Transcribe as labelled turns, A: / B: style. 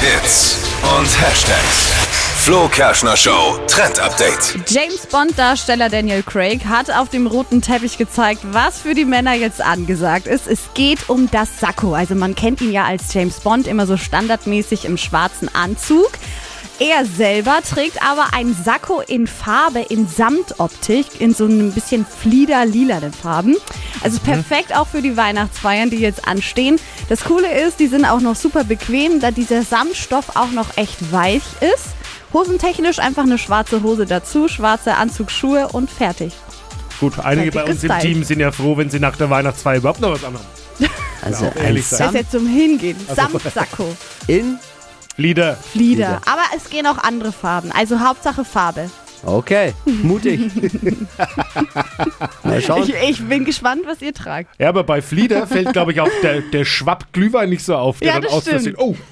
A: Hits und Hashtags. Flo Kerschner Show Trend Update.
B: James Bond-Darsteller Daniel Craig hat auf dem roten Teppich gezeigt, was für die Männer jetzt angesagt ist. Es geht um das Sakko. Also man kennt ihn ja als James Bond immer so standardmäßig im schwarzen Anzug. Er selber trägt aber ein Sakko in Farbe, in Samtoptik, in so ein bisschen flieder-lilanen Farben. Also perfekt auch für die Weihnachtsfeiern, die jetzt anstehen. Das Coole ist, die sind auch noch super bequem, da dieser Samtstoff auch noch echt weich ist. Hosentechnisch einfach eine schwarze Hose dazu, schwarze Anzugsschuhe und fertig.
C: Gut,
B: Fertig
C: einige bei uns im
B: gestylt.
C: Team sind ja froh, wenn sie nach der Weihnachtsfeier überhaupt noch was anhaben.
D: Also
C: Ja,
D: ein
C: ehrlich sein.
B: Das ist
D: Samt
B: jetzt zum Hingehen. Samtsacko,
D: in.
C: Lieder.
B: Flieder. Aber es gehen auch andere Farben. Also Hauptsache Farbe.
D: Okay, mutig. Mal schauen.
B: Ich, ich bin gespannt, was ihr tragt.
C: Ja, aber bei Flieder fällt, glaube ich, auch der, der Schwapp Glühwein nicht so auf, der
B: Ja,
C: dann
B: das
C: aus Versehen.
B: stimmt.
C: Oh,